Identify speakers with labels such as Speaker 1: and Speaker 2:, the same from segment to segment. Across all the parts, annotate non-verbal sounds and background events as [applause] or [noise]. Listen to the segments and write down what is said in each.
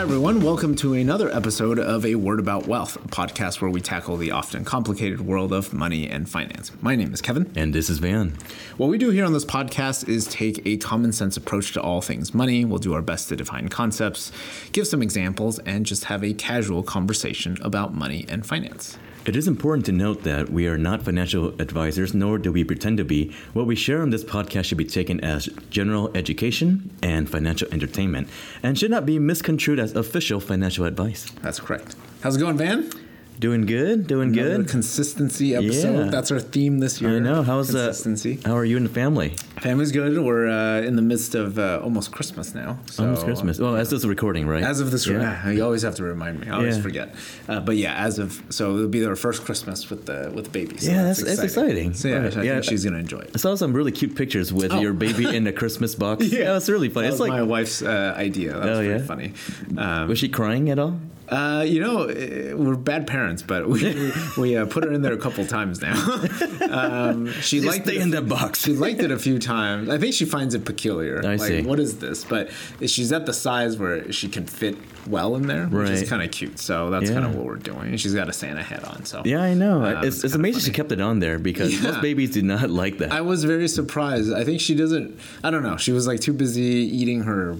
Speaker 1: everyone. Welcome to another episode of A Word About Wealth, a podcast where we tackle the often complicated world of money and finance. My name is Kevin.
Speaker 2: And this is Van.
Speaker 1: What we do here on this podcast is take a common sense approach to all things money. We'll do our best to define concepts, give some examples, and just have a casual conversation about money and finance.
Speaker 2: It is important to note that we are not financial advisors, nor do we pretend to be. What we share on this podcast should be taken as general education and financial entertainment, and should not be misconstrued as official financial advice.
Speaker 1: That's correct. How's it going, Van?
Speaker 2: Doing good, doing
Speaker 1: Another
Speaker 2: good.
Speaker 1: consistency episode.
Speaker 2: Yeah.
Speaker 1: That's our theme this year.
Speaker 2: I know. How's uh,
Speaker 1: consistency?
Speaker 2: How are you and the family?
Speaker 1: Family's good. We're uh, in the midst of uh, almost Christmas now. So,
Speaker 2: Almost Christmas. Well, as this is recording, right?
Speaker 1: As of this,
Speaker 2: Yeah.
Speaker 1: yeah. you always have to remind me. I always
Speaker 2: Yeah.
Speaker 1: forget. Uh, but yeah, as of so, it'll be their first Christmas with the with the baby. So
Speaker 2: Yeah, that's- that's exciting.
Speaker 1: So yeah,
Speaker 2: Right.
Speaker 1: I
Speaker 2: Yeah.
Speaker 1: think she's gonna enjoy
Speaker 2: [laughs]
Speaker 1: it.
Speaker 2: I saw some really cute pictures with
Speaker 1: Oh.
Speaker 2: your baby in a Christmas [laughs] box.
Speaker 1: Yeah.
Speaker 2: it's really fun.
Speaker 1: That
Speaker 2: It's
Speaker 1: was
Speaker 2: like,
Speaker 1: my wife's uh, idea. That was
Speaker 2: Oh,
Speaker 1: pretty
Speaker 2: yeah?
Speaker 1: funny. Um,
Speaker 2: was she crying at all?
Speaker 1: uh, you know, eh, we're bad parents, but we we, we uh, put her in there a couple times now. [laughs] um, she
Speaker 2: Just
Speaker 1: liked
Speaker 2: stay
Speaker 1: it.
Speaker 2: in [laughs] that box.
Speaker 1: She liked it a few times. I think she finds it peculiar.
Speaker 2: I
Speaker 1: like,
Speaker 2: see.
Speaker 1: what is this? But she's at the size where she can fit well in there, which
Speaker 2: Right.
Speaker 1: is kind of cute. So that's
Speaker 2: Yeah.
Speaker 1: kind of what we're doing. And she's got a Santa hat on. So
Speaker 2: Yeah, I know.
Speaker 1: Uh,
Speaker 2: it's
Speaker 1: it's
Speaker 2: it's
Speaker 1: kinda
Speaker 2: amazing she
Speaker 1: funny.
Speaker 2: kept it on there because
Speaker 1: Yeah.
Speaker 2: most babies do not like that.
Speaker 1: I was very surprised. I think she doesn't. I don't know. She was like too busy eating her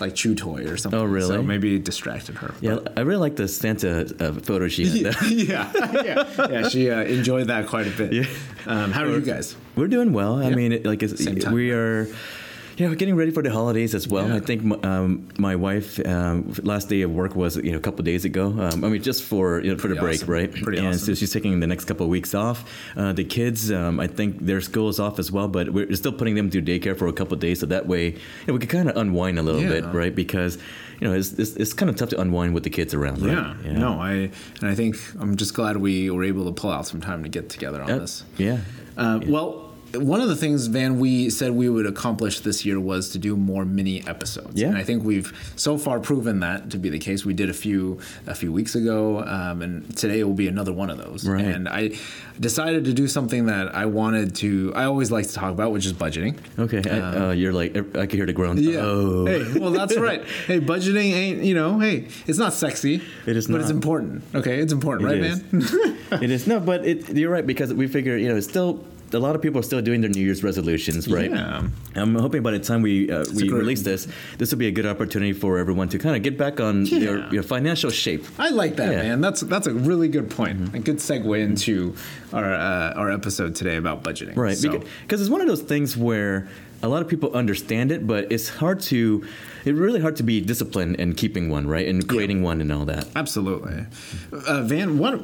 Speaker 1: like chew toy or something.
Speaker 2: Oh, really?
Speaker 1: So maybe it distracted her.
Speaker 2: yeah, I really like the Santa uh, photo she had.
Speaker 1: yeah, [laughs] yeah, [laughs] yeah. She uh, enjoyed that quite a bit. Um, how are you guys?
Speaker 2: We're doing well. I mean, it, like it's,
Speaker 1: Same time.
Speaker 2: we are. Yeah, we're getting ready for the holidays as well.
Speaker 1: Yeah.
Speaker 2: I think my, um, my wife um, last day of work was you know a couple of days ago. Um, I mean, just for you know, for the
Speaker 1: Pretty
Speaker 2: break,
Speaker 1: awesome.
Speaker 2: right?
Speaker 1: Pretty
Speaker 2: and
Speaker 1: awesome.
Speaker 2: so she's taking the next couple of weeks off. Uh, the kids, um, I think their school is off as well, but we're still putting them through daycare for a couple of days, so that way you know, we can kind of unwind a little
Speaker 1: Yeah.
Speaker 2: bit, right? Because you know it's, it's, it's kind of tough to unwind with the kids around. Right?
Speaker 1: Yeah, no, I and I think I'm just glad we were able to pull out some time to get together on
Speaker 2: Uh,
Speaker 1: this.
Speaker 2: yeah.
Speaker 1: Uh, Well, one of the things Van we said we would accomplish this year was to do more mini episodes,
Speaker 2: Yeah.
Speaker 1: and I think we've so far proven that to be the case. We did a few a few weeks ago, um, and today will be another one of those.
Speaker 2: Right.
Speaker 1: And I decided to do something that I wanted to. I always like to talk about, which is budgeting.
Speaker 2: Okay, I, uh, you're like I can hear the groan.
Speaker 1: Yeah.
Speaker 2: Oh.
Speaker 1: Hey, well, that's
Speaker 2: [laughs]
Speaker 1: right. Hey, budgeting ain't, you know, hey, it's not sexy.
Speaker 2: It is
Speaker 1: But it's
Speaker 2: not.
Speaker 1: important. Okay, it's important,
Speaker 2: It
Speaker 1: right,
Speaker 2: is.
Speaker 1: man? [laughs]
Speaker 2: it is no, but it, you're right because we figure you know it's still a lot of people are still doing their New Year's resolutions, right?
Speaker 1: Yeah.
Speaker 2: I'm hoping by the time we uh, we
Speaker 1: great-
Speaker 2: release this, this will be a good opportunity for everyone to kind of get back on
Speaker 1: Yeah.
Speaker 2: your, your financial shape.
Speaker 1: I like that,
Speaker 2: Yeah. Mm-hmm.
Speaker 1: man. That's that's a really good point. A good segue into our uh, our episode today about budgeting.
Speaker 2: Right,
Speaker 1: So,
Speaker 2: because it's one of those things where a lot of people understand it, but it's hard to, it's really hard to be disciplined in keeping one, right, and creating one and all that.
Speaker 1: absolutely, uh, Van. What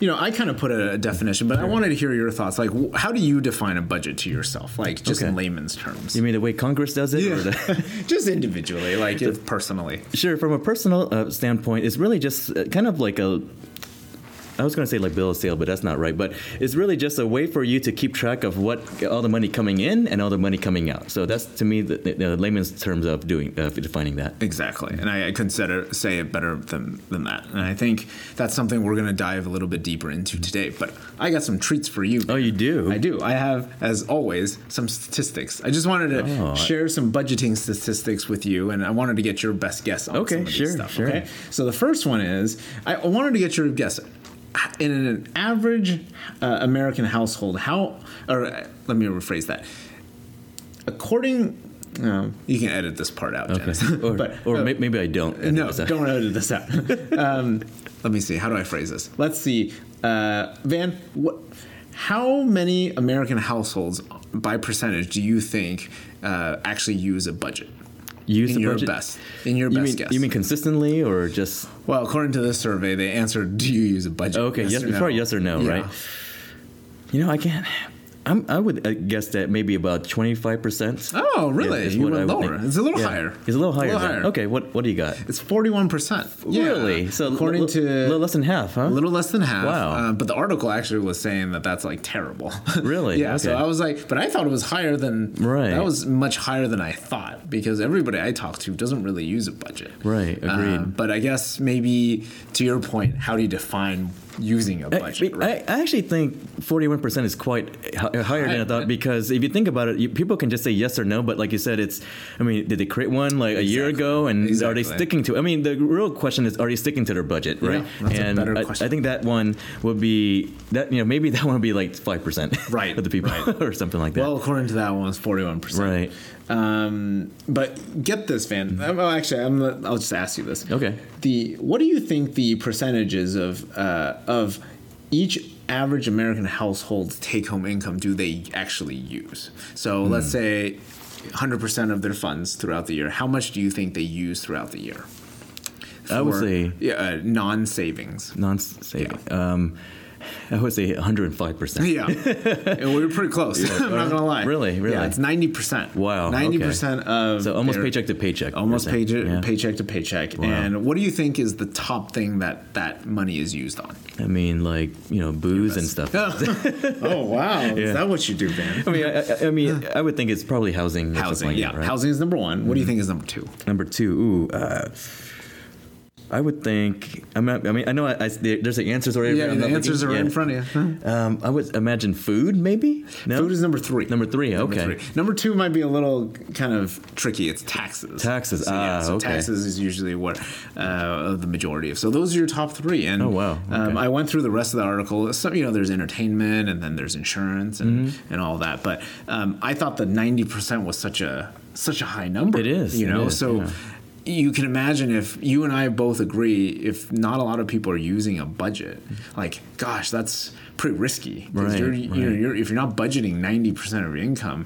Speaker 1: you know, I kind of put a, a definition, but I wanted to hear your thoughts. Like, wh- how do you define a budget to yourself? Like, just in
Speaker 2: Okay.
Speaker 1: layman's terms.
Speaker 2: You mean the way Congress does it? Or the,
Speaker 1: just individually, like if personally.
Speaker 2: Sure. From a personal uh, standpoint, it's really just uh, kind of like a. I was going to say like bill of sale, but that's not right. But it's really just a way for you to keep track of what all the money coming in and all the money coming out. So that's to me the, the, the layman's terms of doing of defining that.
Speaker 1: Exactly, and I, I couldn't set it- say it better than than that. And I think that's something we're going to dive a little bit deeper into today. But I got some treats for you.
Speaker 2: Oh, you
Speaker 1: [laughs]
Speaker 2: do?
Speaker 1: I do. I have, as always, some statistics. I just wanted to
Speaker 2: Oh, I-
Speaker 1: share some budgeting statistics with you, and I wanted to get your best guess on
Speaker 2: Okay,
Speaker 1: some of
Speaker 2: sure,
Speaker 1: these stuff.
Speaker 2: sure.
Speaker 1: Okay, so the first one is I wanted to get your guess. In an average uh, American household, how or uh, let me rephrase that. According, um, you can edit this part out, Janice. [laughs]
Speaker 2: Or, or
Speaker 1: uh,
Speaker 2: may- maybe I don't.
Speaker 1: no, don't edit this
Speaker 2: [laughs]
Speaker 1: out. um, let me see. How do I phrase this? Let's see. Uh, Van, what? How many American households, by percentage, do you think uh, actually use a budget?
Speaker 2: use
Speaker 1: in
Speaker 2: the
Speaker 1: your
Speaker 2: budget.
Speaker 1: best, in your
Speaker 2: You
Speaker 1: best
Speaker 2: mean,
Speaker 1: guess.
Speaker 2: you mean consistently or just
Speaker 1: well, according to this survey, they answered, "Do you use a budget?"
Speaker 2: okay? Yes,
Speaker 1: or no?
Speaker 2: before yes or no,
Speaker 1: Yeah.
Speaker 2: right? You know, I can't. I'm, I would uh, guess that maybe about twenty five percent.
Speaker 1: Oh, really?
Speaker 2: is
Speaker 1: you
Speaker 2: what I
Speaker 1: went
Speaker 2: would
Speaker 1: lower.
Speaker 2: think.
Speaker 1: It's a little
Speaker 2: Yeah.
Speaker 1: higher.
Speaker 2: It's a little higher. than- Okay, what what do you got?
Speaker 1: It's forty-one percent.
Speaker 2: Really? So
Speaker 1: according
Speaker 2: li-
Speaker 1: to
Speaker 2: li- little less than half,
Speaker 1: A
Speaker 2: huh?
Speaker 1: little less than half.
Speaker 2: Wow.
Speaker 1: Uh, but the article actually was saying that that's like terrible. [laughs]
Speaker 2: Really?
Speaker 1: yeah. So
Speaker 2: Okay.
Speaker 1: I was like, but I thought it was higher than.
Speaker 2: Right.
Speaker 1: That was much higher than I thought because everybody I talk to doesn't really use a budget. Uh,
Speaker 2: Right, agreed.
Speaker 1: but I guess maybe to your point, how do you define using
Speaker 2: Eh,
Speaker 1: a budget,
Speaker 2: I,
Speaker 1: right?
Speaker 2: I actually think 41% is quite hi- higher than I thought because if you think about it, you, people can just say yes or no, but like you said, it's, I mean, did they create one like a year
Speaker 1: Exactly.
Speaker 2: ago and are they
Speaker 1: Exactly.
Speaker 2: sticking to I mean, the real question is, are they sticking to their budget, right?
Speaker 1: that's a
Speaker 2: and
Speaker 1: better
Speaker 2: I,
Speaker 1: question.
Speaker 2: I think that one would be, that you know, maybe [laughs] that one would be like 5%
Speaker 1: Right,
Speaker 2: of the people
Speaker 1: right.
Speaker 2: [laughs] or something like that.
Speaker 1: Well, according to that one, it's forty-one percent.
Speaker 2: right.
Speaker 1: Um, but get this, Van. Um, Well, actually, I'm, I'll just ask you this.
Speaker 2: Mm-hmm. Okay.
Speaker 1: The what do you think the percentages of uh, of each average American household's take-home income do they actually use?
Speaker 2: Hmm.
Speaker 1: So let's say. 100% of their funds throughout the year. How much do you think they use throughout the year?
Speaker 2: I would
Speaker 1: For-
Speaker 2: say
Speaker 1: yeah, uh, non savings.
Speaker 2: non saving. Um, I would say 105%.
Speaker 1: [laughs]
Speaker 2: [laughs]
Speaker 1: Yeah, And we were pretty close. [laughs] I'm not gonna lie.
Speaker 2: Really? Really?
Speaker 1: Yeah, it's ninety percent.
Speaker 2: Wow, okay.
Speaker 1: ninety percent of
Speaker 2: So almost
Speaker 1: their-
Speaker 2: paycheck to paycheck.
Speaker 1: almost
Speaker 2: percent.
Speaker 1: payche-
Speaker 2: Yeah.
Speaker 1: paycheck to paycheck. And what do you think is the top thing that that money is used on?
Speaker 2: I mean, like, you know, booze and
Speaker 1: [laughs]
Speaker 2: stuff.
Speaker 1: oh [laughs] wow, is that what you do, Van?
Speaker 2: I mean, I, I- I mean, I would think it's probably housing. or something
Speaker 1: Housing,
Speaker 2: like
Speaker 1: yeah.
Speaker 2: that, right?
Speaker 1: Housing is number one. What do you think is number two?
Speaker 2: Number two, ooh, uh, I would think. I'm not, I mean, I know I, I, there- there's the answers already.
Speaker 1: Yeah,
Speaker 2: I'm
Speaker 1: the
Speaker 2: not
Speaker 1: answers
Speaker 2: looking-
Speaker 1: are in
Speaker 2: yeah.
Speaker 1: front of you.
Speaker 2: Um, I would imagine food, maybe. No?
Speaker 1: Food is number three.
Speaker 2: number three. Okay.
Speaker 1: Number three. Number two might be a little kind of tricky. It's taxes.
Speaker 2: Taxes,
Speaker 1: So,
Speaker 2: ah,
Speaker 1: so
Speaker 2: okay.
Speaker 1: taxes is usually what uh, the majority of. So those are your top three. And
Speaker 2: Oh, wow,
Speaker 1: um,
Speaker 2: okay.
Speaker 1: I went through the rest of the article. Some, you know, there's entertainment and then there's insurance and,
Speaker 2: Mm-hmm.
Speaker 1: and all that. But um, I thought the ninety percent was such a such a high number.
Speaker 2: It is,
Speaker 1: You
Speaker 2: it
Speaker 1: know,
Speaker 2: is,
Speaker 1: so.
Speaker 2: yeah.
Speaker 1: You can imagine if you and I both agree, if not a lot of people are using a budget, like, gosh, that's pretty risky. 'Cause
Speaker 2: Right,
Speaker 1: you're, You're,
Speaker 2: right.
Speaker 1: you're, if you're not budgeting 90% of your income,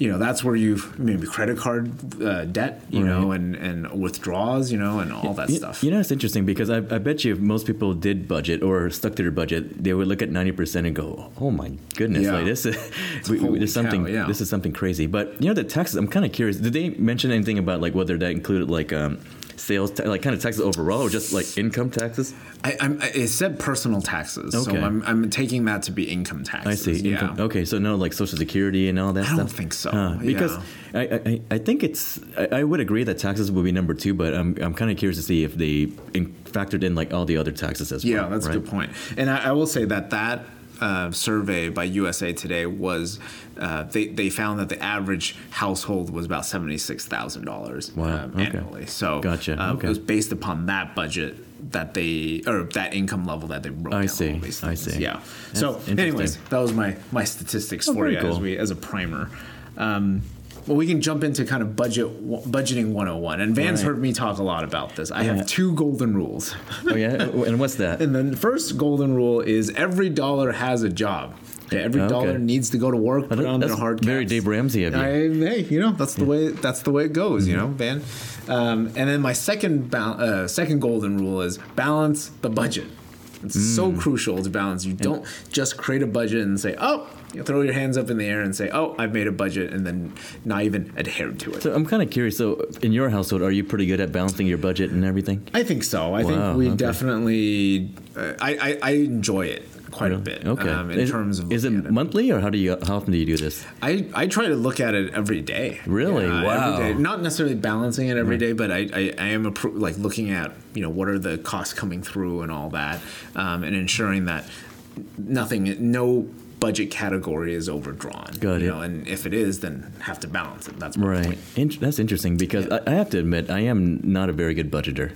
Speaker 1: you know, that's where you've maybe credit card uh, debt, you know, and, and withdrawals, you know, and all that
Speaker 2: You-
Speaker 1: stuff.
Speaker 2: You know, it's interesting because I, I bet you if most people did budget or stuck to their budget, they would look at ninety percent and go, "Oh my goodness,
Speaker 1: Yeah.
Speaker 2: like this is [laughs] we, we-
Speaker 1: Holy
Speaker 2: there's something
Speaker 1: cow, yeah.
Speaker 2: this is something crazy." But you know, the taxes. I'm kind of curious. Did they mention anything about like whether that included like um, sales, ta- like kind of taxes overall, or just like income taxes?
Speaker 1: I, I'm, I, it said personal taxes, so
Speaker 2: Okay.
Speaker 1: I'm, I'm taking that to be income
Speaker 2: I
Speaker 1: taxes.
Speaker 2: see.
Speaker 1: Yeah.
Speaker 2: Income- Okay, so no like social security and all that.
Speaker 1: I don't
Speaker 2: stuff?
Speaker 1: think so,
Speaker 2: Huh, because
Speaker 1: yeah.
Speaker 2: I, I- I I think it's I, I would agree that taxes would be number two, but I'm I'm kind of curious to see if they in, factored in like all the other taxes as well.
Speaker 1: Yeah, that's
Speaker 2: right?
Speaker 1: a good point. And I, I will say that that uh, survey by USA Today was uh, they they found that the average household was about seventy six thousand dollars uh,
Speaker 2: Wow, okay.
Speaker 1: annually. So
Speaker 2: Gotcha,
Speaker 1: uh,
Speaker 2: okay.
Speaker 1: It was based upon that budget that they or that income level that they broke.
Speaker 2: I
Speaker 1: down
Speaker 2: see,
Speaker 1: all these
Speaker 2: I
Speaker 1: things.
Speaker 2: see.
Speaker 1: Yeah.
Speaker 2: That's
Speaker 1: so, anyways,
Speaker 2: interesting.
Speaker 1: that was my my statistics
Speaker 2: Oh,
Speaker 1: for
Speaker 2: very
Speaker 1: you as
Speaker 2: cool.
Speaker 1: we as a primer. Um, well, we can jump into kind of budget budgeting 101. And Van's
Speaker 2: Right.
Speaker 1: heard me talk a lot about this. I
Speaker 2: Yeah.
Speaker 1: have two golden rules. [laughs]
Speaker 2: Oh yeah, and what's that?
Speaker 1: And the first golden rule is every dollar has a job. Okay, every
Speaker 2: Okay.
Speaker 1: dollar needs to go to work. Put
Speaker 2: That-
Speaker 1: on
Speaker 2: that's
Speaker 1: their hard
Speaker 2: very
Speaker 1: caps.
Speaker 2: Dave Ramsey of you.
Speaker 1: I, hey, you know that's the way that's the way it goes. You know, Van. Um, and then my second ba- uh, second golden rule is balance the budget. It's
Speaker 2: Mm.
Speaker 1: so crucial to balance. You don't just create a budget and say, "Oh," you throw your hands up in the air and say, "Oh, I've made a budget," and then not even adhere to it.
Speaker 2: so I'm kind of curious. So in your household, are you pretty good at balancing your budget and everything?
Speaker 1: I think so. I
Speaker 2: Wow,
Speaker 1: think we
Speaker 2: okay.
Speaker 1: definitely. Uh, I, I I enjoy it quite a bit.
Speaker 2: Okay.
Speaker 1: Um, in
Speaker 2: is,
Speaker 1: terms of
Speaker 2: is it
Speaker 1: looking at
Speaker 2: monthly or how do you how often do you do this?
Speaker 1: I, I try to look at it every day.
Speaker 2: Really?
Speaker 1: Yeah, every
Speaker 2: Wow.
Speaker 1: day. Not necessarily balancing it every day, but I, I, I am appro- like looking at you know what are the costs coming through and all that, um, and ensuring that nothing, no budget category is overdrawn.
Speaker 2: Got
Speaker 1: you
Speaker 2: it.
Speaker 1: Know, and if it is, then have to balance it. That's my
Speaker 2: Right.
Speaker 1: point.
Speaker 2: Int- that's interesting because I, I have to admit I am not a very good budgeter.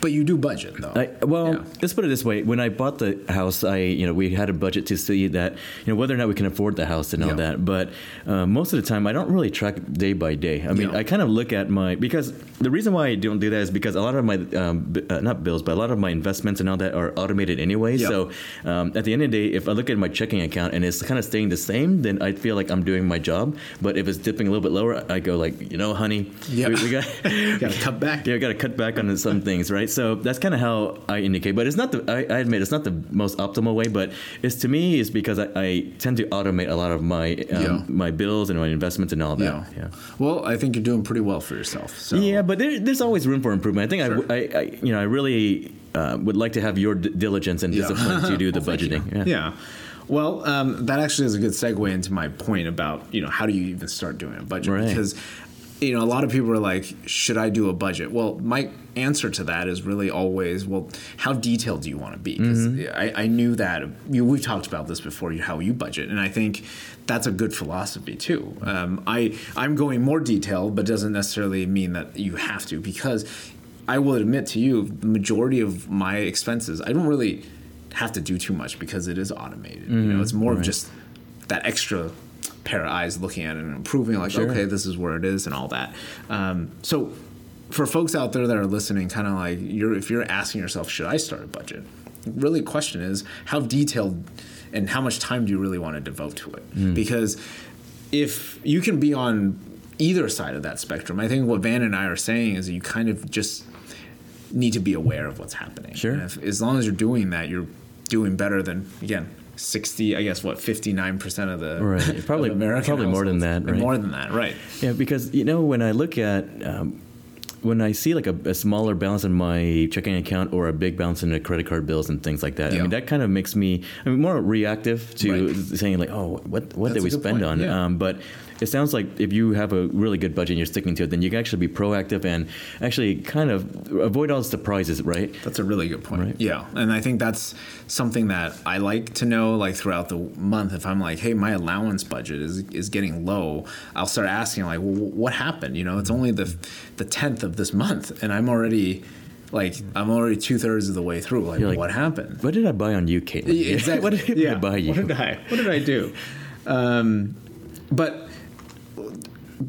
Speaker 1: But you do budget though.
Speaker 2: I, Uh, well,
Speaker 1: Yeah.
Speaker 2: let's put it this way: when I bought the house, I you know we had a budget to see that you know whether or not we can afford the house and all
Speaker 1: Yeah.
Speaker 2: that. But uh, most of the time, I don't really track day by day. I mean,
Speaker 1: Yeah.
Speaker 2: I kind of look at my because the reason why I don't do that is because a lot of my um, b- uh, not bills, but a lot of my investments and all that are automated anyway.
Speaker 1: Yeah.
Speaker 2: So um, at the end of the day, if I look at my checking account and it's kind of staying the same, then I feel like I'm doing my job. But if it's dipping a little bit lower, I go like, you know, honey,
Speaker 1: Yeah.
Speaker 2: we, we
Speaker 1: [laughs]
Speaker 2: got
Speaker 1: Got to cut back.
Speaker 2: yeah, got to cut back on
Speaker 1: [laughs]
Speaker 2: some things, right? So that's kind of how I indicate. But it's not the I, I admit it's not the most optimal way, but it's to me is because I, I tend to automate a lot of my um,
Speaker 1: Yeah.
Speaker 2: my bills and my investments and all that.
Speaker 1: yeah. Well, I think you're doing pretty well for yourself. So
Speaker 2: Yeah, but there, there's always room for improvement. I think I w I I I, you know, I really uh, would like to have your d- diligence and discipline to
Speaker 1: [laughs]
Speaker 2: do the budgeting. Yeah.
Speaker 1: Yeah. Well, um, that actually is a good segue into my point about you know how do you even start doing a budget
Speaker 2: Right.
Speaker 1: because. you know, a lot of people are like, should I do a budget? Well, my answer to that is really always, well, how detailed do you want to be? 'Cause I, I knew that you, we've talked about this before, you- how you budget, and I think that's a good philosophy too. Um, I I'm going more detailed, but doesn't necessarily mean that you have to because I will admit to you, the majority of my expenses, I don't really have to do too much because it is automated. you know, it's more of just that extra pair of eyes looking at it and improving, like, okay, this is where it is and all that. Um, so for folks out there that are listening, kind of like you're if you're asking yourself, should I start a budget? Really question is how detailed and how much time do you really want to devote to it? Because if you can be on either side of that spectrum, I think what Van and I are saying is you kind of just need to be aware of what's happening.
Speaker 2: Sure.
Speaker 1: And if, as long as you're doing that, you're doing better than again sixty. I guess what fifty nine percent of the
Speaker 2: Right.
Speaker 1: [laughs] of
Speaker 2: Probably-
Speaker 1: American
Speaker 2: probably more than
Speaker 1: households.
Speaker 2: that, right?
Speaker 1: More than that, right?
Speaker 2: Yeah, because you know when I look at um, when I see like a, a smaller balance in my checking account or a big balance in the credit card bills and things like that, I
Speaker 1: Yeah.
Speaker 2: mean that kind of makes me I mean more reactive to
Speaker 1: Right.
Speaker 2: saying like oh what what
Speaker 1: That's
Speaker 2: did
Speaker 1: a
Speaker 2: we
Speaker 1: good
Speaker 2: spend
Speaker 1: point,
Speaker 2: on?
Speaker 1: yeah.
Speaker 2: Um, but it sounds like if you have a really good budget and you're sticking to it, then you can actually be proactive and actually kind of avoid all the surprises, right?
Speaker 1: That's a really good point.
Speaker 2: Right.
Speaker 1: Yeah, and I think that's something that I like to know. Like throughout the month, if I'm like, "Hey, my allowance budget is is getting low," I'll start asking like, well, "What happened?" You know, it's only the the tenth of this month, and I'm already like, I'm already two thirds of the way through. Like,
Speaker 2: You're like,
Speaker 1: what happened?
Speaker 2: What did I buy on you, [laughs] Caitlin?
Speaker 1: Yeah, exactly.
Speaker 2: what did
Speaker 1: Yeah.
Speaker 2: I buy you?
Speaker 1: What did I? What did I do? Um, but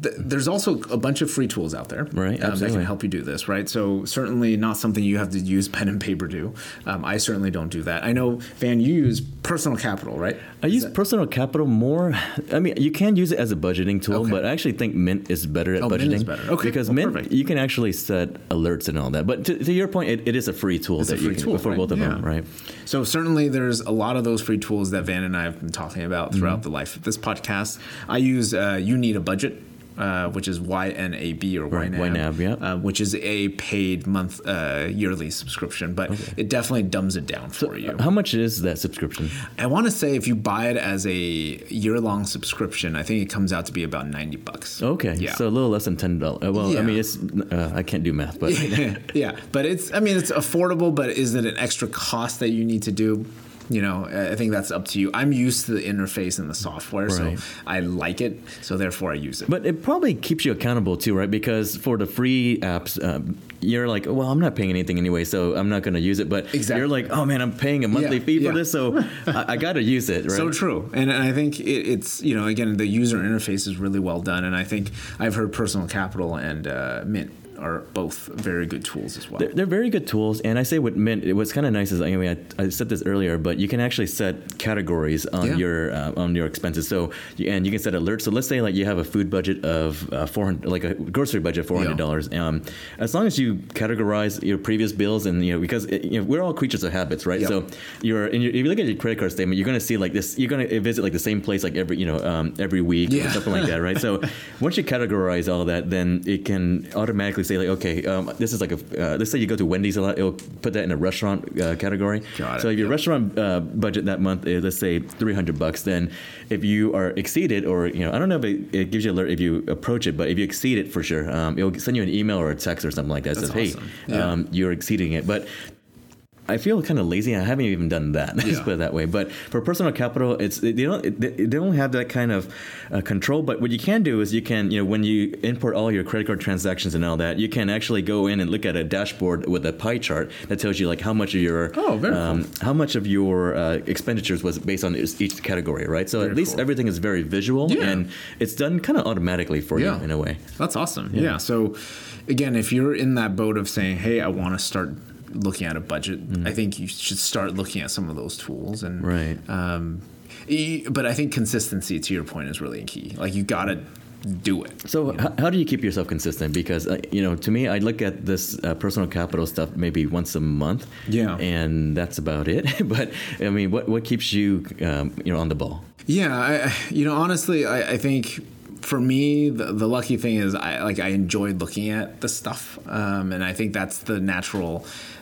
Speaker 1: th- there's also a bunch of free tools out there
Speaker 2: Right,
Speaker 1: um, that can
Speaker 2: absolutely.
Speaker 1: help you do this, right? So certainly not something you have to use pen and paper to. Um, I certainly don't do that. I know, Van, you use Personal Capital, right?
Speaker 2: I use personal capital more. I mean, you can use it as a budgeting tool,
Speaker 1: Okay.
Speaker 2: but I actually think Mint is better at
Speaker 1: Oh,
Speaker 2: budgeting.
Speaker 1: Mint is better. Okay,
Speaker 2: Because
Speaker 1: well,
Speaker 2: Mint,
Speaker 1: perfect.
Speaker 2: you can actually set alerts and all that. But to, to your point, it, it is a free tool
Speaker 1: a
Speaker 2: that you
Speaker 1: free
Speaker 2: can
Speaker 1: tool,
Speaker 2: for
Speaker 1: right?
Speaker 2: both of them,
Speaker 1: Yeah.
Speaker 2: right?
Speaker 1: So certainly, there's a lot of those free tools that Van and I have been talking about
Speaker 2: Mm-hmm.
Speaker 1: throughout the life of this podcast. I use uh, You Need a Budget. Uh, which is YNAB or YNAB,
Speaker 2: YNAB, yeah.
Speaker 1: uh, which is a paid month uh, yearly subscription, but it definitely dumbs it down for
Speaker 2: [laughs]
Speaker 1: you.
Speaker 2: How much is that subscription?
Speaker 1: I want to say if you buy it as a year long subscription, I think it comes out to be about ninety bucks.
Speaker 2: Okay,
Speaker 1: yeah.
Speaker 2: so a little less than ten dollars. Well,
Speaker 1: Yeah.
Speaker 2: I mean, it's uh, I can't do math, but
Speaker 1: [laughs] yeah, but it's I mean it's affordable, but is it an extra cost that you need to do? You know, I I think that's up to you. I'm used to the interface and the software, so
Speaker 2: Right.
Speaker 1: I like it. So therefore, I use it.
Speaker 2: But it probably keeps you accountable too, right? Because for the free apps, um, you're like, well, I'm not paying anything anyway, so I'm not going to use it. But
Speaker 1: Exactly.
Speaker 2: you're like, oh man, I'm paying a monthly
Speaker 1: Yeah,
Speaker 2: fee for
Speaker 1: yeah. [laughs]
Speaker 2: this, so I, I got to use it, right?
Speaker 1: So true, and, and I think it, it's you know again the user interface is really well done, and I think I've heard Personal Capital and uh, Mint are both very good tools as well.
Speaker 2: They're, they're very good tools, and I say with Mint, it- what's kind of nice is I mean I, I said this earlier, but you can actually set categories on
Speaker 1: Yeah.
Speaker 2: your uh, on your expenses. So you- and you can set alerts. So let's say like you have a food budget of uh, four hundred, like a grocery budget of four hundred dollars. Um, as long as you categorize your previous bills, and you know because it, you know, we're all creatures of habits, right?
Speaker 1: Yep.
Speaker 2: So you're in your, if you look at your credit card statement, you're going to see like this. You're going to visit like the same place like every you know um, every week
Speaker 1: Yeah.
Speaker 2: or something like that,
Speaker 1: [laughs]
Speaker 2: right? So once you categorize all that, then it can automatically say like, okay, um, this is like a uh, let's say you go to Wendy's a lot, it'll put that in a restaurant uh, category.
Speaker 1: Got it,
Speaker 2: So if your restaurant uh, budget that month is let's say three hundred bucks, then if you are exceeded or you know I don't know if it, it gives you alert if you approach it, but if you exceed it for sure, um, it'll send you an email or a text or something like that. That's says, hey,
Speaker 1: awesome. Yeah.
Speaker 2: um, you're exceeding it, but I feel kind of lazy. I haven't even done that. [laughs] Let's
Speaker 1: Yeah.
Speaker 2: put it that way. But for personal capital, it's they don't they they don't have that kind of uh, control. But what you can do is you can you know when you import all your credit card transactions and all that, you can actually go in and look at a dashboard with a pie chart that tells you like how much of your um,
Speaker 1: Oh, very
Speaker 2: how much of your uh, expenditures was based on each each category, right? So at least
Speaker 1: cool.
Speaker 2: everything is very visual
Speaker 1: Yeah.
Speaker 2: and it's done kind of automatically for
Speaker 1: Yeah.
Speaker 2: you in a way.
Speaker 1: That's awesome. Yeah. So, again, if you're in that boat of saying, "Hey, I want to start looking at a budget," I think you should start looking at some of those tools. And
Speaker 2: Right.
Speaker 1: um, e- but I think consistency, to your point, is really key. Like you got to do it.
Speaker 2: So, h- how do you keep yourself consistent? Because uh, you know, to me, I look at this uh, personal capital stuff maybe once a month.
Speaker 1: Yeah.
Speaker 2: and that's about it. [laughs] but I mean, what what keeps you um, you know on the ball?
Speaker 1: Yeah, I, I- you know, honestly, I, I think for me, the, the lucky thing is I like I enjoyed looking at the stuff, um, and I think that's the natural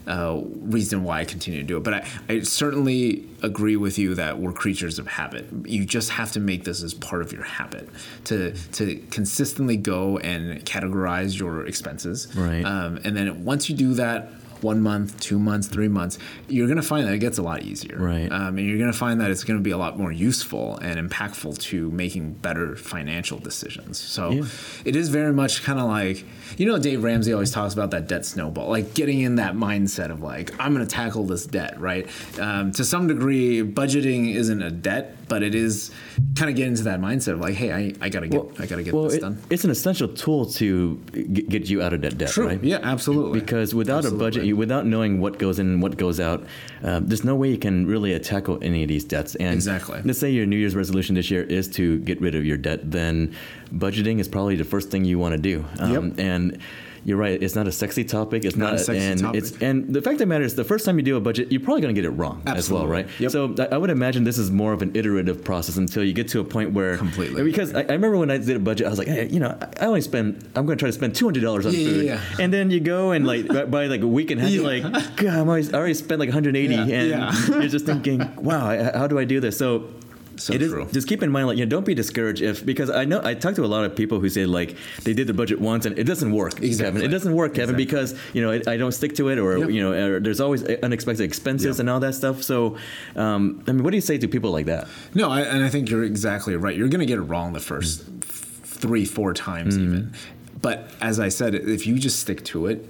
Speaker 1: uh, reason why I continue to do it. But I, I certainly agree with you that we're creatures of habit. You just have to make this as part of your habit to to consistently go and categorize your expenses.
Speaker 2: Right.
Speaker 1: Um, and then once you do that. One month, two months, three months, you're gonna find that it gets a lot easier.
Speaker 2: Right.
Speaker 1: Um, and you're going to find that it's going to be a lot more useful and impactful to making better financial decisions. So it is very much kind of like, you know, Dave Ramsey always talks about that debt snowball, like getting in that mindset of like, I'm going to tackle this debt, right? Um, to some degree, budgeting isn't a debt, but it is kind of get into that mindset of like, hey, I, I got to get, I got to get
Speaker 2: well,
Speaker 1: this
Speaker 2: it-
Speaker 1: done.
Speaker 2: it's an essential tool to g- get you out of that debt,
Speaker 1: True.
Speaker 2: right?
Speaker 1: Yeah, absolutely.
Speaker 2: Because without a budget,
Speaker 1: Absolutely.
Speaker 2: you, without knowing what goes in and what goes out, um, there's no way you can really uh, tackle any of these debts. And
Speaker 1: Exactly.
Speaker 2: let's say your New Year's resolution this year is to get rid of your debt, then budgeting is probably the first thing you want to do. Um,
Speaker 1: Yep.
Speaker 2: And you're right; it's not a sexy topic. It's
Speaker 1: Not
Speaker 2: not,
Speaker 1: a sexy
Speaker 2: and
Speaker 1: topic.
Speaker 2: It's, and the fact of the matter is, the first time you do a budget, you're probably going to get it wrong as well,
Speaker 1: Absolutely.
Speaker 2: right?
Speaker 1: Yep.
Speaker 2: So I, I would imagine this is more of an iterative process until you get to a point where
Speaker 1: Completely.
Speaker 2: Because I, I remember when I did a budget, I was like, hey, you know, I- I only spend. I'm going to try to spend two hundred dollars on
Speaker 1: Yeah, yeah,
Speaker 2: food,
Speaker 1: yeah.
Speaker 2: and then you go and like by, by like a week and a half, you're
Speaker 1: Yeah.
Speaker 2: like, God, I'm always, I already spent like 180,
Speaker 1: Yeah,
Speaker 2: and
Speaker 1: yeah.
Speaker 2: [laughs] you're just thinking, wow, I, how do I do this? So.
Speaker 1: So
Speaker 2: it is-
Speaker 1: true.
Speaker 2: just keep in mind, like you know, don't be discouraged if because I know I talked to a lot of people who say like they did the budget once and it doesn't work, Kevin.
Speaker 1: Exactly.
Speaker 2: It doesn't work, Kevin, because you know I, I don't stick to it, or
Speaker 1: Yep.
Speaker 2: you know, or there's always uh, unexpected expenses
Speaker 1: Yep.
Speaker 2: and all that stuff. So, um, I mean, what do you say to people like that?
Speaker 1: No, I, and I think you're exactly right. You're going to get it wrong the first f- three, four times even. But as I said, if you just stick to it,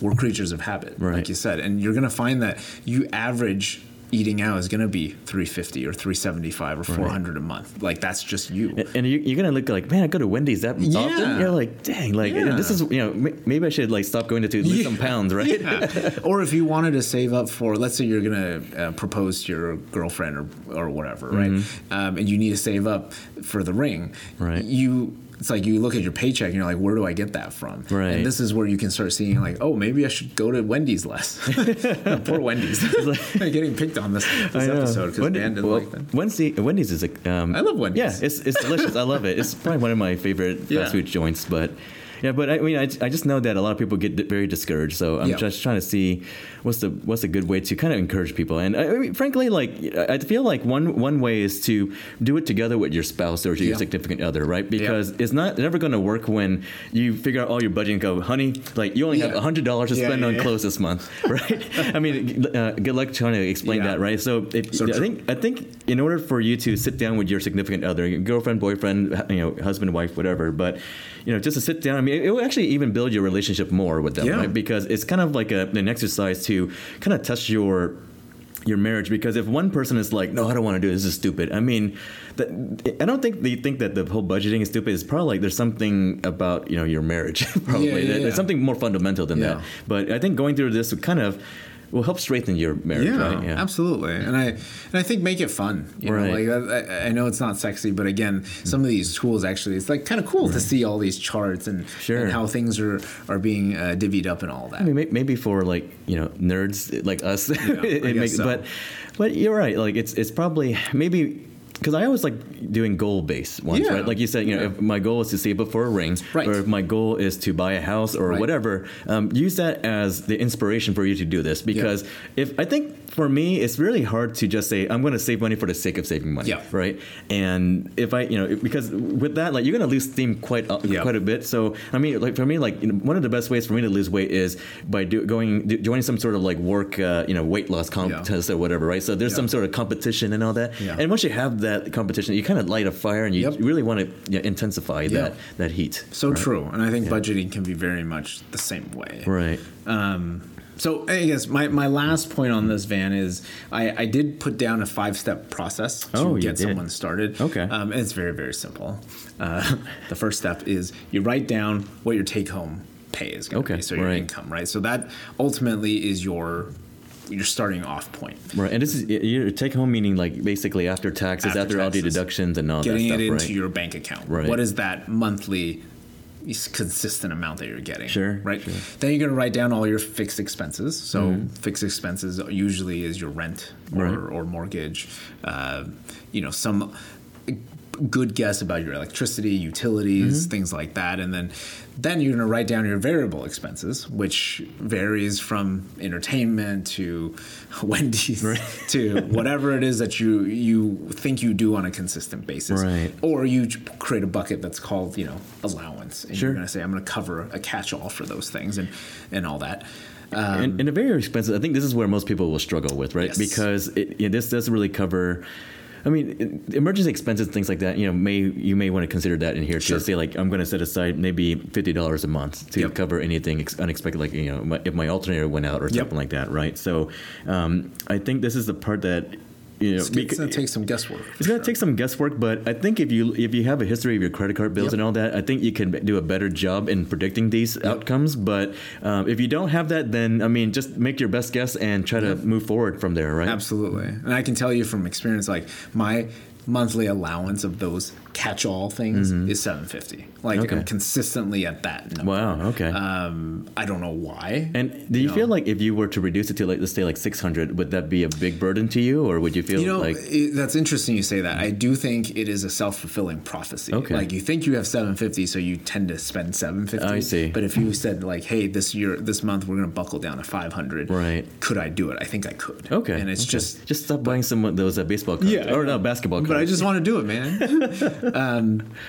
Speaker 1: we're creatures of habit,
Speaker 2: Right.
Speaker 1: like you said, and you're going to find that you average eating out is going to be 350 or 375 or 400 a month. Like that's just you.
Speaker 2: And you, you're gonna look like, man, I go to Wendy's that often. You're like, dang, like
Speaker 1: Yeah.
Speaker 2: this is, you know, m- maybe I should like stop going to to lose some pounds, right?
Speaker 1: Yeah. [laughs] or if you wanted to save up for, let's say you're going to uh, propose to your girlfriend or, or whatever, right? Um, and you need to save up for the ring.
Speaker 2: Mm-hmm. Right.
Speaker 1: You. It's like you look at your paycheck and you're like, where do I get that from?
Speaker 2: Right.
Speaker 1: And this is where you can start seeing like, oh, maybe I should go to Wendy's less. [laughs] Poor
Speaker 2: [laughs]
Speaker 1: Wendy's. [laughs] Getting picked on this, this episode because
Speaker 2: Wendy-
Speaker 1: Dan didn't
Speaker 2: well,
Speaker 1: like them.
Speaker 2: Wednesday- Wendy's is a. Um,
Speaker 1: I love Wendy's.
Speaker 2: Yeah, it's, it's delicious. I love it. It's probably one of my favorite fast
Speaker 1: Yeah.
Speaker 2: food joints. But yeah, but I mean, I, I just know that a lot of people get very discouraged. So I'm
Speaker 1: Yeah.
Speaker 2: just trying to see what's the what's a good way to kind of encourage people. And I, I mean, frankly, like I feel like one one way is to do it together with your spouse or your
Speaker 1: Yeah.
Speaker 2: significant other, right? Because it's not never going to work when you figure out all your budget and go, honey, like you only have
Speaker 1: Yeah.
Speaker 2: have hundred dollars to
Speaker 1: Yeah,
Speaker 2: spend
Speaker 1: yeah,
Speaker 2: on
Speaker 1: yeah.
Speaker 2: clothes this month, [laughs] right? I mean, uh, good luck trying to explain
Speaker 1: Yeah.
Speaker 2: that, right? So, if,
Speaker 1: So
Speaker 2: I
Speaker 1: true.
Speaker 2: think I think in order for you to sit down with your significant other, your girlfriend, boyfriend, h- you know, husband, wife, whatever, but you know, just to sit down. I mean, it, it will actually even build your relationship more with them,
Speaker 1: Yeah.
Speaker 2: right? Because it's kind of like a, an exercise to kind of test your your marriage because if one person is like no i don't want to do it. this is stupid i mean that, i don't think they think that the whole budgeting is stupid it's probably like there's something about you know your marriage [laughs] probably
Speaker 1: yeah,
Speaker 2: There- there's
Speaker 1: yeah.
Speaker 2: something more fundamental than that
Speaker 1: Yeah.
Speaker 2: but I think going through this would kind of will help strengthen your marriage,
Speaker 1: yeah,
Speaker 2: right?
Speaker 1: absolutely. And I and I think make it fun. You
Speaker 2: Right.
Speaker 1: know, like I, I- I know it's not sexy, but again, some of these tools actually, it's like kind of cool to see all these charts and,
Speaker 2: Sure.
Speaker 1: and how things are are being uh, divvied up and all that.
Speaker 2: I mean, may- maybe for like you know nerds like us, [laughs] it,
Speaker 1: I guess
Speaker 2: makes,
Speaker 1: so.
Speaker 2: but but you're right. Like it's it's probably maybe. Because I always like doing goal based ones,
Speaker 1: Yeah.
Speaker 2: right? Like you said, you know,
Speaker 1: Yeah.
Speaker 2: if my goal is to save up for a ring,
Speaker 1: Right.
Speaker 2: or if my goal is to buy a house or
Speaker 1: Right.
Speaker 2: whatever, um, use that as the inspiration for you to do this. Because if I think for me, it's really hard to just say I'm going to save money for the sake of saving money,
Speaker 1: Yeah.
Speaker 2: right? And if I, you know, because with that, like you're going to lose steam quite a-
Speaker 1: Yeah.
Speaker 2: quite a bit. So I mean, like for me, like you know, one of the best ways for me to lose weight is by do, going do, joining some sort of like work, uh, you know, weight loss contest or whatever, right? So there's
Speaker 1: Yeah.
Speaker 2: some sort of competition and all that.
Speaker 1: Yeah.
Speaker 2: And once you have that competition, you kind of light a fire and you
Speaker 1: Yep.
Speaker 2: really want to you know, intensify that that heat.
Speaker 1: so true. And I think budgeting can be very much the same way.
Speaker 2: Right.
Speaker 1: Um, so I guess my, my last point on this van is I, I did put down a five step process to
Speaker 2: Oh, you
Speaker 1: get
Speaker 2: did.
Speaker 1: someone started.
Speaker 2: Okay.
Speaker 1: Um, and it's very very simple. Uh, [laughs] the first step is you write down what your take home pay is going to
Speaker 2: Okay,
Speaker 1: be, so your
Speaker 2: right.
Speaker 1: income, right? So that ultimately is your your starting off point.
Speaker 2: Right. And this is y- your take home meaning like basically after taxes, after,
Speaker 1: After
Speaker 2: all the
Speaker 1: taxes.
Speaker 2: deductions and all
Speaker 1: Getting
Speaker 2: that stuff,
Speaker 1: it into
Speaker 2: right?
Speaker 1: your bank account.
Speaker 2: Right.
Speaker 1: What is that monthly s- consistent amount that you're getting?
Speaker 2: Sure,
Speaker 1: Right.
Speaker 2: sure. Mm-hmm.
Speaker 1: Then you're going to write down all your fixed expenses. So fixed expenses usually is your rent or,
Speaker 2: Right.
Speaker 1: or mortgage. Uh, you know some good guess about your electricity, utilities,
Speaker 2: Mm-hmm.
Speaker 1: things like that, and then then you're going to write down your variable expenses, which varies from entertainment to [laughs] Wendy's to whatever it is that you you think you do on a consistent basis,
Speaker 2: Right.
Speaker 1: or you j- create a bucket that's called you know allowance, and
Speaker 2: Sure.
Speaker 1: you're going to say I'm going to cover a catch-all for those things and and all that. Uh,
Speaker 2: and, and the very expensive. I think this is where most people will struggle with, right?
Speaker 1: Um, Yes.
Speaker 2: Because it, yeah, this doesn't really cover. I mean, it- emergency expenses, things like that. You know, may you may want to consider that in here
Speaker 1: Sure.
Speaker 2: too. Say like, I'm going to set aside maybe fifty dollars a month to
Speaker 1: Yep.
Speaker 2: cover anything ex- unexpected, like you know, my, if my alternator went out or something like that, right? So, um, I think this is the part that you know
Speaker 1: It's, it's
Speaker 2: beca-
Speaker 1: going to take some guesswork. for
Speaker 2: it's gonna
Speaker 1: sure.
Speaker 2: take some guesswork, but I think if you if you have a history of your credit card bills
Speaker 1: Yep.
Speaker 2: and all that, I think you can do a better job in predicting these outcomes. But um, if you don't have that, then I mean, just make your best guess and try to move forward from there, right?
Speaker 1: Absolutely. And I can tell you from experience, like my monthly allowance of those catch-all things is 750. Like
Speaker 2: Mm-hmm. Okay.
Speaker 1: I'm consistently at that number.
Speaker 2: Wow. Okay.
Speaker 1: Um, I don't know why.
Speaker 2: and do you feel like if you were to reduce it to like let's say like six hundred, would that be a big burden to you, or would you feel
Speaker 1: you know,
Speaker 2: like
Speaker 1: it, that's interesting you say that. I do think it is a self-fulfilling prophecy.
Speaker 2: Okay.
Speaker 1: Like you think you have 750, so you tend to spend 750.
Speaker 2: I see.
Speaker 1: But if you said like, hey, this year, this month, we're going to buckle down to 500.
Speaker 2: Right.
Speaker 1: Could I do it? I think I could.
Speaker 2: okay?
Speaker 1: And it's
Speaker 2: okay.
Speaker 1: just
Speaker 2: just stop buying some of those uh, baseball cards
Speaker 1: Yeah, I-
Speaker 2: or no basketball cards.
Speaker 1: But I just want to do it, man. um,
Speaker 2: [laughs]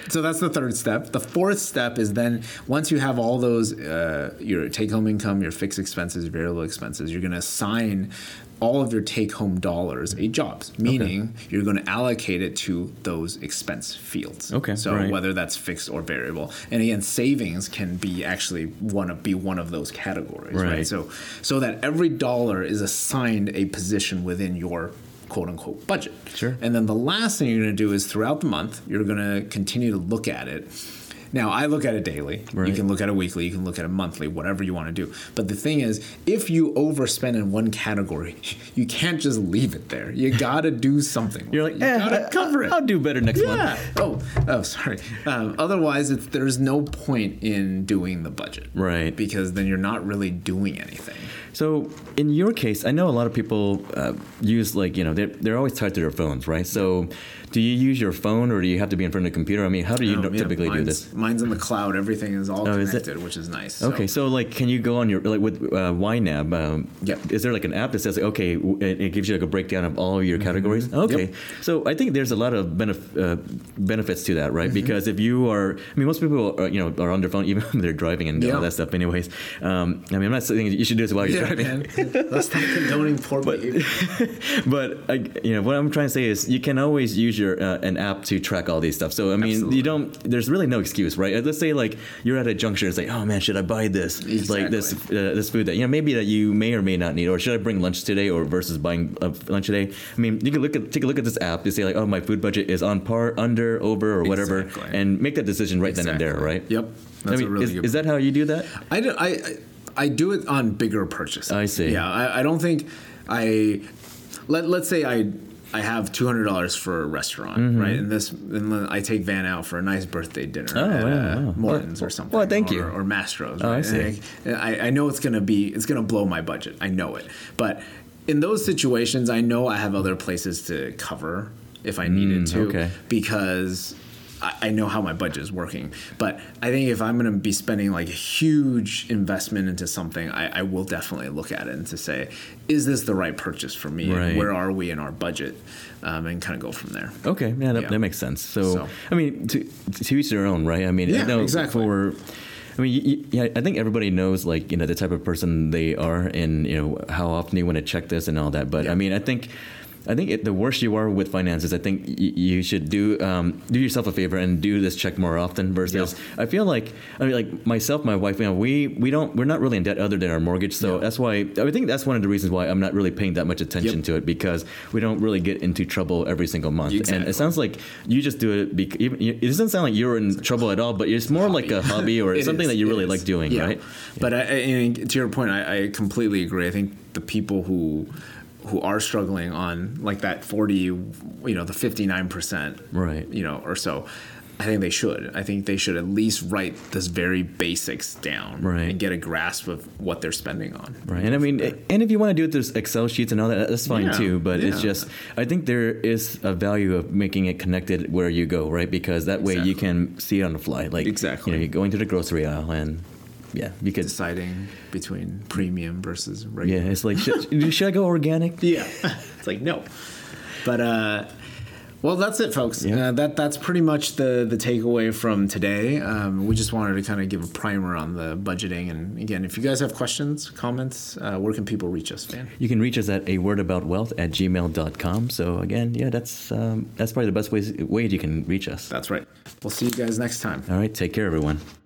Speaker 1: so that's the third step. The fourth step is then once you have all those uh, your take-home income, your fixed expenses, variable expenses, you're going to assign all of your take-home dollars a jobs, meaning you're going to allocate it to those expense fields.
Speaker 2: Okay,
Speaker 1: So
Speaker 2: right.
Speaker 1: whether that's fixed or variable, and again, savings can be actually one of be one of those categories, right?
Speaker 2: Right.
Speaker 1: So so that every dollar is assigned a position within your quote unquote budget.
Speaker 2: Sure.
Speaker 1: And then the last thing you're going to do is throughout the month, you're going to continue to look at it. Now, I look at it daily. You
Speaker 2: Right.
Speaker 1: can look at it weekly. You can look at it monthly, whatever you want to do. But the thing is, if you overspend in one category, [laughs] you can't just leave it there. You got to do something.
Speaker 2: You're like,
Speaker 1: you
Speaker 2: eh,
Speaker 1: got to
Speaker 2: I-
Speaker 1: cover it.
Speaker 2: I'll do better next
Speaker 1: yeah.
Speaker 2: month.
Speaker 1: [laughs] Oh, oh, sorry. Um, otherwise, it's, there's no point in doing the budget.
Speaker 2: Right.
Speaker 1: Because then you're not really doing anything.
Speaker 2: So in your case, I know a lot of people uh, use like you know they're, they're always tied to their phones, right? So do you use your phone or do you have to be in front of a computer? I mean, how do you
Speaker 1: Um, yeah,
Speaker 2: typically do
Speaker 1: mine's-
Speaker 2: this?
Speaker 1: Mine's in the cloud. Everything is all
Speaker 2: Oh, is it?
Speaker 1: connected, which is nice. so- [laughs]
Speaker 2: Okay, so like, can you go on your like with uh, YNAB? Um,
Speaker 1: Yep.
Speaker 2: Is there like an app that says like, okay, w- it, it gives you like a breakdown of all your
Speaker 1: Mm-hmm.
Speaker 2: categories? Okay, so I think there's a lot of benef- uh, benefits to that,
Speaker 1: Mm-hmm.
Speaker 2: right? Because if you are, I mean, most people are, you know are on their phone [laughs] even when they're driving and
Speaker 1: Yeah.
Speaker 2: all that stuff. Anyways, um, I mean, I'm not saying you should do this while you're
Speaker 1: Yeah,
Speaker 2: driving.
Speaker 1: man. Let's not condoning poor behavior.
Speaker 2: but I, you know what I'm trying to say is you can always use your uh, an app to track all these stuff. So I mean,
Speaker 1: Absolutely.
Speaker 2: you don't. There's really no excuse, right? Let's say like you're at a juncture. It's like, oh man, should I buy this? Like this
Speaker 1: Exactly.
Speaker 2: uh, this food that you know maybe that you may or may not need, or should I bring lunch today or versus buying uh, lunch today? I mean, you can look at take a look at this app to say like, oh, my food budget is on par, under, over, or whatever,
Speaker 1: Exactly.
Speaker 2: and make that decision right then and there,
Speaker 1: Exactly.
Speaker 2: right?
Speaker 1: Yep. That's
Speaker 2: I mean,
Speaker 1: a really
Speaker 2: is,
Speaker 1: good
Speaker 2: is that how you do that?
Speaker 1: I do, I, I- I do it on bigger purchases.
Speaker 2: I see.
Speaker 1: Yeah, I, I don't think I let let's say I I have two hundred dollars for a restaurant,
Speaker 2: Mm-hmm.
Speaker 1: right? And this and then I take Van out for a nice birthday dinner at
Speaker 2: Oh, wow,
Speaker 1: uh,
Speaker 2: wow.
Speaker 1: Morton's
Speaker 2: Well,
Speaker 1: or something.
Speaker 2: well, thank
Speaker 1: or,
Speaker 2: you. Oh,
Speaker 1: Or Mastro's.
Speaker 2: I
Speaker 1: right? And
Speaker 2: see.
Speaker 1: I, I- I know it's gonna be it's gonna blow my budget. I know it, but in those situations, I know I have other places to cover if I needed to
Speaker 2: Mm, okay.
Speaker 1: because I, I know how my budget is working. But I think if I'm going to be spending like a huge investment into something, I, I will definitely look at it and to say, is this the right purchase for me? And
Speaker 2: Right.
Speaker 1: Where are we in our budget? Um, and kind of go from there.
Speaker 2: Okay, yeah, that,
Speaker 1: Yeah.
Speaker 2: that makes sense. So,
Speaker 1: So.
Speaker 2: I mean, to, to each their own, right? I mean, I
Speaker 1: Yeah,
Speaker 2: know
Speaker 1: exactly.
Speaker 2: For, I mean, y y- yeah, I think everybody knows, like, you know, the type of person they are, and you know how often you want to check this and all that. But I mean, I think. I think it, the worse you are with finances, I think y- you should do um, do yourself a favor and do this check more often. Versus, I feel like I mean, like myself, my wife, you know, we we don't we're not really in debt other than our mortgage, so that's why I think that's one of the reasons why I'm not really paying that much attention to it because we don't really get into trouble every single month. And
Speaker 1: Exactly.
Speaker 2: it sounds like you just do it. Bec- even, it doesn't sound like you're in trouble at all, but it's more like a hobby
Speaker 1: [laughs]
Speaker 2: or
Speaker 1: It
Speaker 2: something
Speaker 1: is,
Speaker 2: that you
Speaker 1: it
Speaker 2: really
Speaker 1: is.
Speaker 2: like doing,
Speaker 1: Yeah.
Speaker 2: right?
Speaker 1: But I, I, and to your point, I, I completely agree. I think the people who who are struggling on like that forty, you know, the fifty nine percent,
Speaker 2: Right.
Speaker 1: you know, or so. I think they should. I think they should at least write this very basics down
Speaker 2: Right.
Speaker 1: and get a grasp of what they're spending on.
Speaker 2: Right. And I mean, and if you want to do it through Excel sheets and all that, that's fine
Speaker 1: Yeah,
Speaker 2: too. But it's
Speaker 1: yeah.
Speaker 2: just, I think there is a value of making it connected where you go, right? Because that way you
Speaker 1: Exactly.
Speaker 2: can see it on the fly. Like,
Speaker 1: Exactly.
Speaker 2: You know, you're going to the grocery aisle and, yeah, you could.
Speaker 1: Deciding between premium versus
Speaker 2: Yeah,
Speaker 1: regular.
Speaker 2: it's like, should, [laughs] should I go organic?
Speaker 1: Yeah. [laughs] it's like no. But uh well, that's it, folks. Uh, that that's pretty much the the takeaway from today. Um, we just wanted to kind of give a primer on the budgeting. And again, if you guys have questions, comments, uh, where can people reach us, Van?
Speaker 2: You can reach us at a word about wealth at gmail.com. So again, yeah, that's um, that's probably the best ways, way you can reach us.
Speaker 1: That's right. We'll see you guys next time.
Speaker 2: All right, take care, everyone.